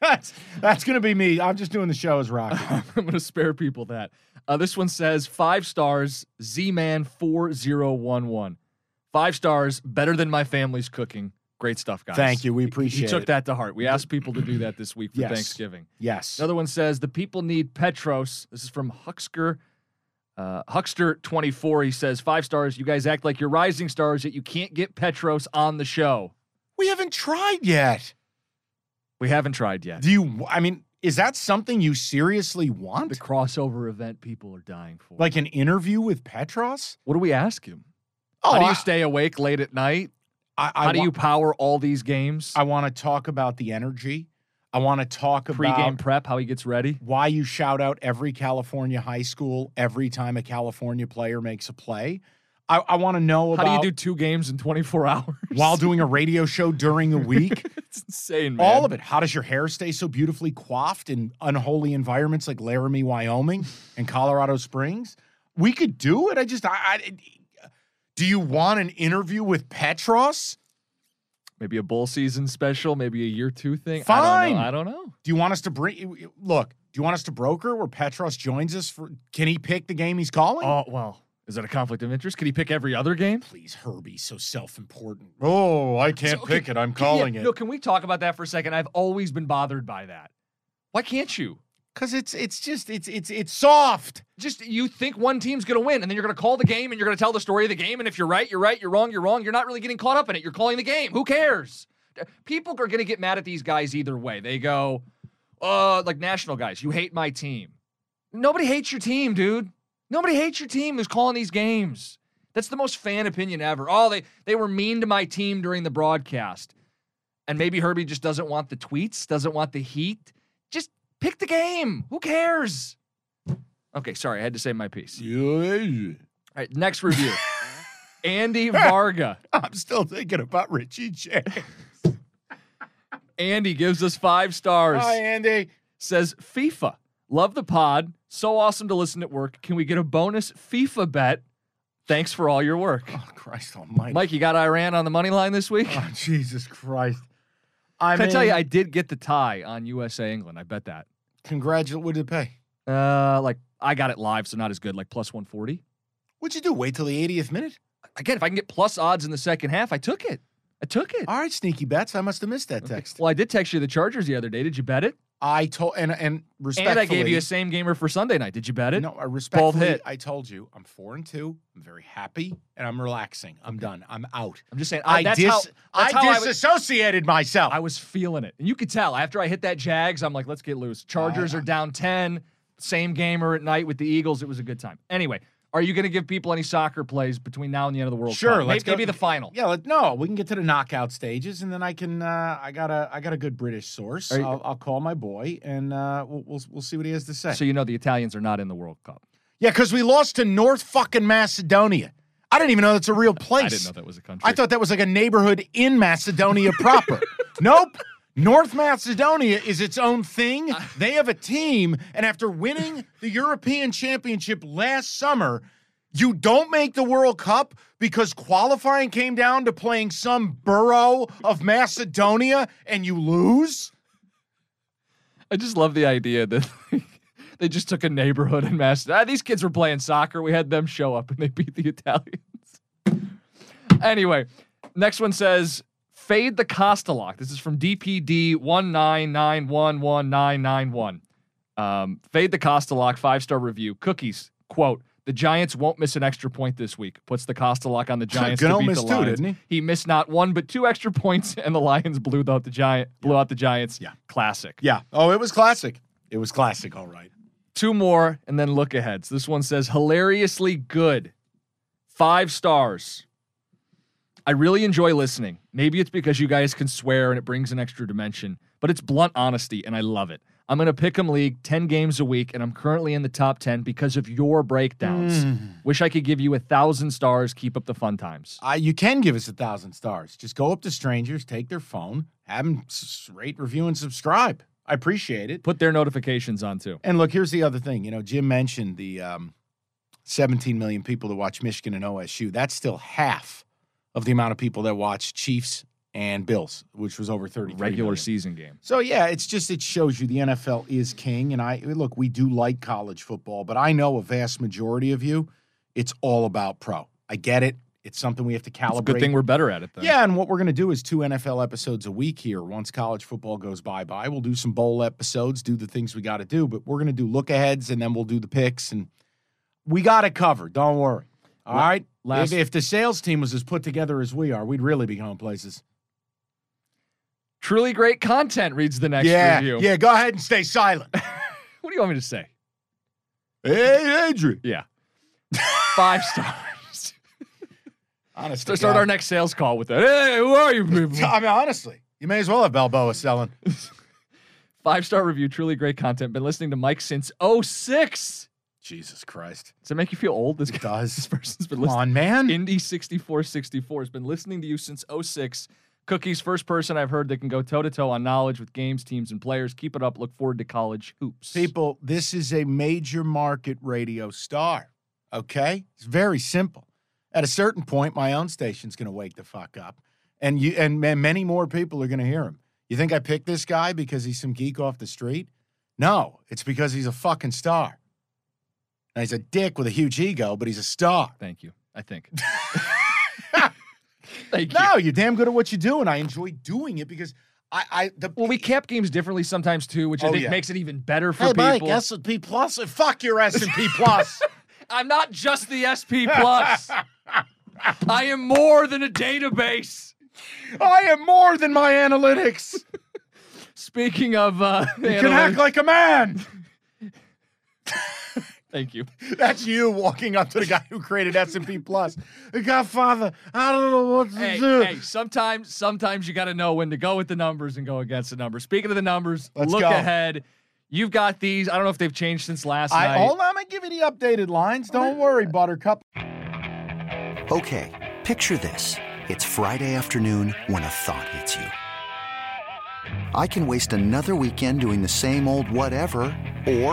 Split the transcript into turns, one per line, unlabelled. that's that's gonna be me. I'm just doing the show as Rocky.
I'm going to spare people that. Uh, this one says five stars, Z Man 4011. Five stars, better than my family's cooking. Great stuff, guys.
Thank you. We
He- He,
appreciate
took
it.
that to heart. We asked people to do that this week for
Yes.
Thanksgiving.
Yes.
Another one says the people need Petros. This is from Huxker. Uh, Huckster24, he says, five stars. You guys act like you're rising stars, yet you can't get Petros on the show.
We haven't tried yet.
We haven't tried yet.
Do you? I mean, is that something you seriously
The
want?
crossover event people are dying for.
Like an interview with Petros?
what do we ask him?
Oh,
how do
I-
you stay awake late at night?
I, I
How do
wa-
you power all these games?
I want to talk about the energy. I want to talk
Pre-game
about
prep, how he gets ready.
why you shout out every California high school every time a California player makes a play. I, I want to know
How
about
do you do two games in 24 hours?
while doing a radio show during the week.
it's insane, man.
All of it. How does your hair stay so beautifully coiffed in unholy environments like Laramie, Wyoming, and Colorado Springs? We could do it. I just, I, I do you want an interview with Petros?
Maybe a bowl season special, maybe a year two thing.
Fine.
I don't know. I don't know.
Do you want us to bring? Look, do you want us to broker where Petros joins us for? Can he pick the game he's calling?
Oh well, is that a conflict of interest? Could he pick every other game?
please, Herbie, so self-important. Oh, I can't
So, okay,
pick it. I'm
Can-
calling
yeah,
it
No, can we talk about that for a second? I've always been bothered by that. Why can't you?
because it's it's just it's it's it's soft.
Just you think one team's gonna win, and then you're gonna call the game, and you're gonna tell the story of the game, and if you're right, you're right. You're wrong, you're wrong. You're not really getting caught up in it. You're calling the game. Who cares? D- People are gonna get mad at these guys either way. They go, uh, like national guys. You hate my team. Nobody hates your team, dude. Nobody hates your team who's calling these games. That's the most fan opinion ever. Oh, they they were mean to my team during the broadcast. And maybe Herbie just doesn't want the tweets, doesn't want the heat. Just pick the game. Who cares? Okay, sorry, I had to say my piece. All right, next review. Andy Varga.
I'm still thinking about Richie J.
Andy gives us five stars.
Hi, Andy.
Says FIFA. Love the pod. So awesome to listen at work. Can we get a bonus FIFA bet? Thanks for all your work.
Oh, Christ Almighty.
Mike, you got Iran on the money line this week?
Oh, Jesus Christ. I
Can Uh, I tell you,
mean,
I did get the tie on USA England. I bet that.
congratulate. What did it pay?
Uh, like I got it live, so not as good. Like plus one forty.
What'd you do? Wait till the 80th minute?
Again, if I can get plus odds in the second half, I took it. I took it.
All right, sneaky bets. I must have missed that text.
Well, I did text you the Chargers the other day. Did you bet it?
I told and and respectfully.
And I gave you a same gamer for Sunday night. Did you bet it?
no. I respectfully.
hit.
I told you I'm four and two. I'm very happy and I'm relaxing. I'm done. I'm out.
I'm just saying. I,
I,
Uh, that's
dis-
how, that's how
I
I was-
disassociated myself.
I was feeling it. And you could tell after I hit that Jags, I'm like, let's get loose. Chargers are down 10, same gamer at night with the Eagles. It was a good time. Anyway, are you going to give people any soccer plays between now and the end of the World
Sure,
Cup?
let's
maybe,
go-
maybe the final.
yeah, let, no, we can get to the knockout stages, and then I can. Uh, I got a. I got a good British source.
Are you-
I'll, I'll call my boy, and uh, we'll, we'll we'll see what he has to say.
So you know the Italians are not in the World Cup.
Yeah, because we lost to North fucking Macedonia. I didn't even know that's a real place.
I didn't know that was a country.
I thought that was like a neighborhood in Macedonia proper. nope. North Macedonia is its own thing. They have a team, and after winning the European Championship last summer, you don't make the World Cup because qualifying came down to playing some borough of Macedonia and you lose?
I just love the idea that they just took a neighborhood and mass. Ah, these kids were playing soccer. We had them show up and they beat the Italians. anyway, Next one says, Fade the Costa lock. This is from DPD 199111991. Um, Fade the Costa lock, five star review. Cookies, quote, the Giants won't miss an extra point this week. Puts the Costa lock on the Giants. to
Goodell
beat
missed
the
two,
Lions.
didn't he?
missed not one but two extra points, and the Lions blew out the Giant. Blew out the Giants.
Yeah.
classic.
Yeah. Oh, it was classic. It was classic, all right.
Two more, and then look aheads. This one says hilariously good. Five stars. I really enjoy listening. Maybe it's because you guys can swear and it brings an extra dimension, but it's blunt honesty and I love it. I'm in a pick'em league 10 games a week, and I'm currently in the top 10 because of your breakdowns.
Mm.
Wish I could give you a thousand stars. Keep up the fun times.
Uh, you can give us a thousand stars. Just go up to strangers, take their phone, have them s- rate, review, and subscribe. I appreciate it.
Put their notifications on too.
And look, here's the other thing. You know, Jim mentioned the um, 17 million people that watch Michigan and OSU. That's still half of the amount of people that watch Chiefs and Bills, which was over 30
Regular season game.
So yeah, it's just it shows you the NFL is king, and I look we do like college football, but I know a vast majority of you, it's all about pro. I get it. It's something we have to
It's a
calibrate.
good thing we're better at it though.
yeah, and what we're going to do is two NFL episodes a week here. Once college football goes bye bye, we'll do some bowl episodes, do the things we got to do, but we're going to do look aheads and then we'll do the picks, and we got it covered. Don't worry. All
La-
right.
last-
if, if the sales team was as put together as we are, we'd really be going places.
Truly great content reads the next
yeah.
review.
Yeah. Go ahead and stay silent.
What do you want me to say?
hey, Adrian.
Yeah. Five stars.
Honestly,
So start our next sales call with that. Hey, who are you people?
I mean, honestly, you may as well have Balboa selling.
Five star review, truly great content. Been listening to Mike since 06.
Jesus Christ,
Does it make you feel old? This,
it
guy, this
does.
person's been
Come
listening.
on, man.
Indy 6464 has been listening to you since 06. Cookie's first person I've heard that can go toe to toe on knowledge with games, teams, and players. Keep it up. Look forward to college hoops.
People, this is a major market radio star. Okay, it's very simple. At a certain point, my own station's going to wake the fuck up, and you and ma- many more people are going to hear him. You think I picked this guy because he's some geek off the street? No, it's because he's a fucking star. Now he's a dick with a huge ego, but he's a star.
Thank you. I think. Thank you.
No, you're damn good at what you do, and I enjoy doing it because I, I the
Well, we cap games differently sometimes too, which I
Oh,
think
yeah.
makes it even better for
hey
people.
Mike S and P plus. Fuck your S and P plus.
I'm not just the SP plus. I am more than a database.
I am more than my analytics.
Speaking of uh
You can act
analytics-
like a man.
thank you.
That's you walking up to the guy who created S and P plus. Godfather, I don't know what to
Hey,
do.
hey, sometimes sometimes you gotta know when to go with the numbers and go against the numbers. Speaking of the numbers,
Let's
look
go.
ahead. You've got these. I don't know if they've changed since last
I,
night.
hold on, I'm gonna give you the updated lines. Don't worry, Buttercup.
Okay, picture this. It's Friday afternoon when a thought hits you. I can waste another weekend doing the same old whatever, or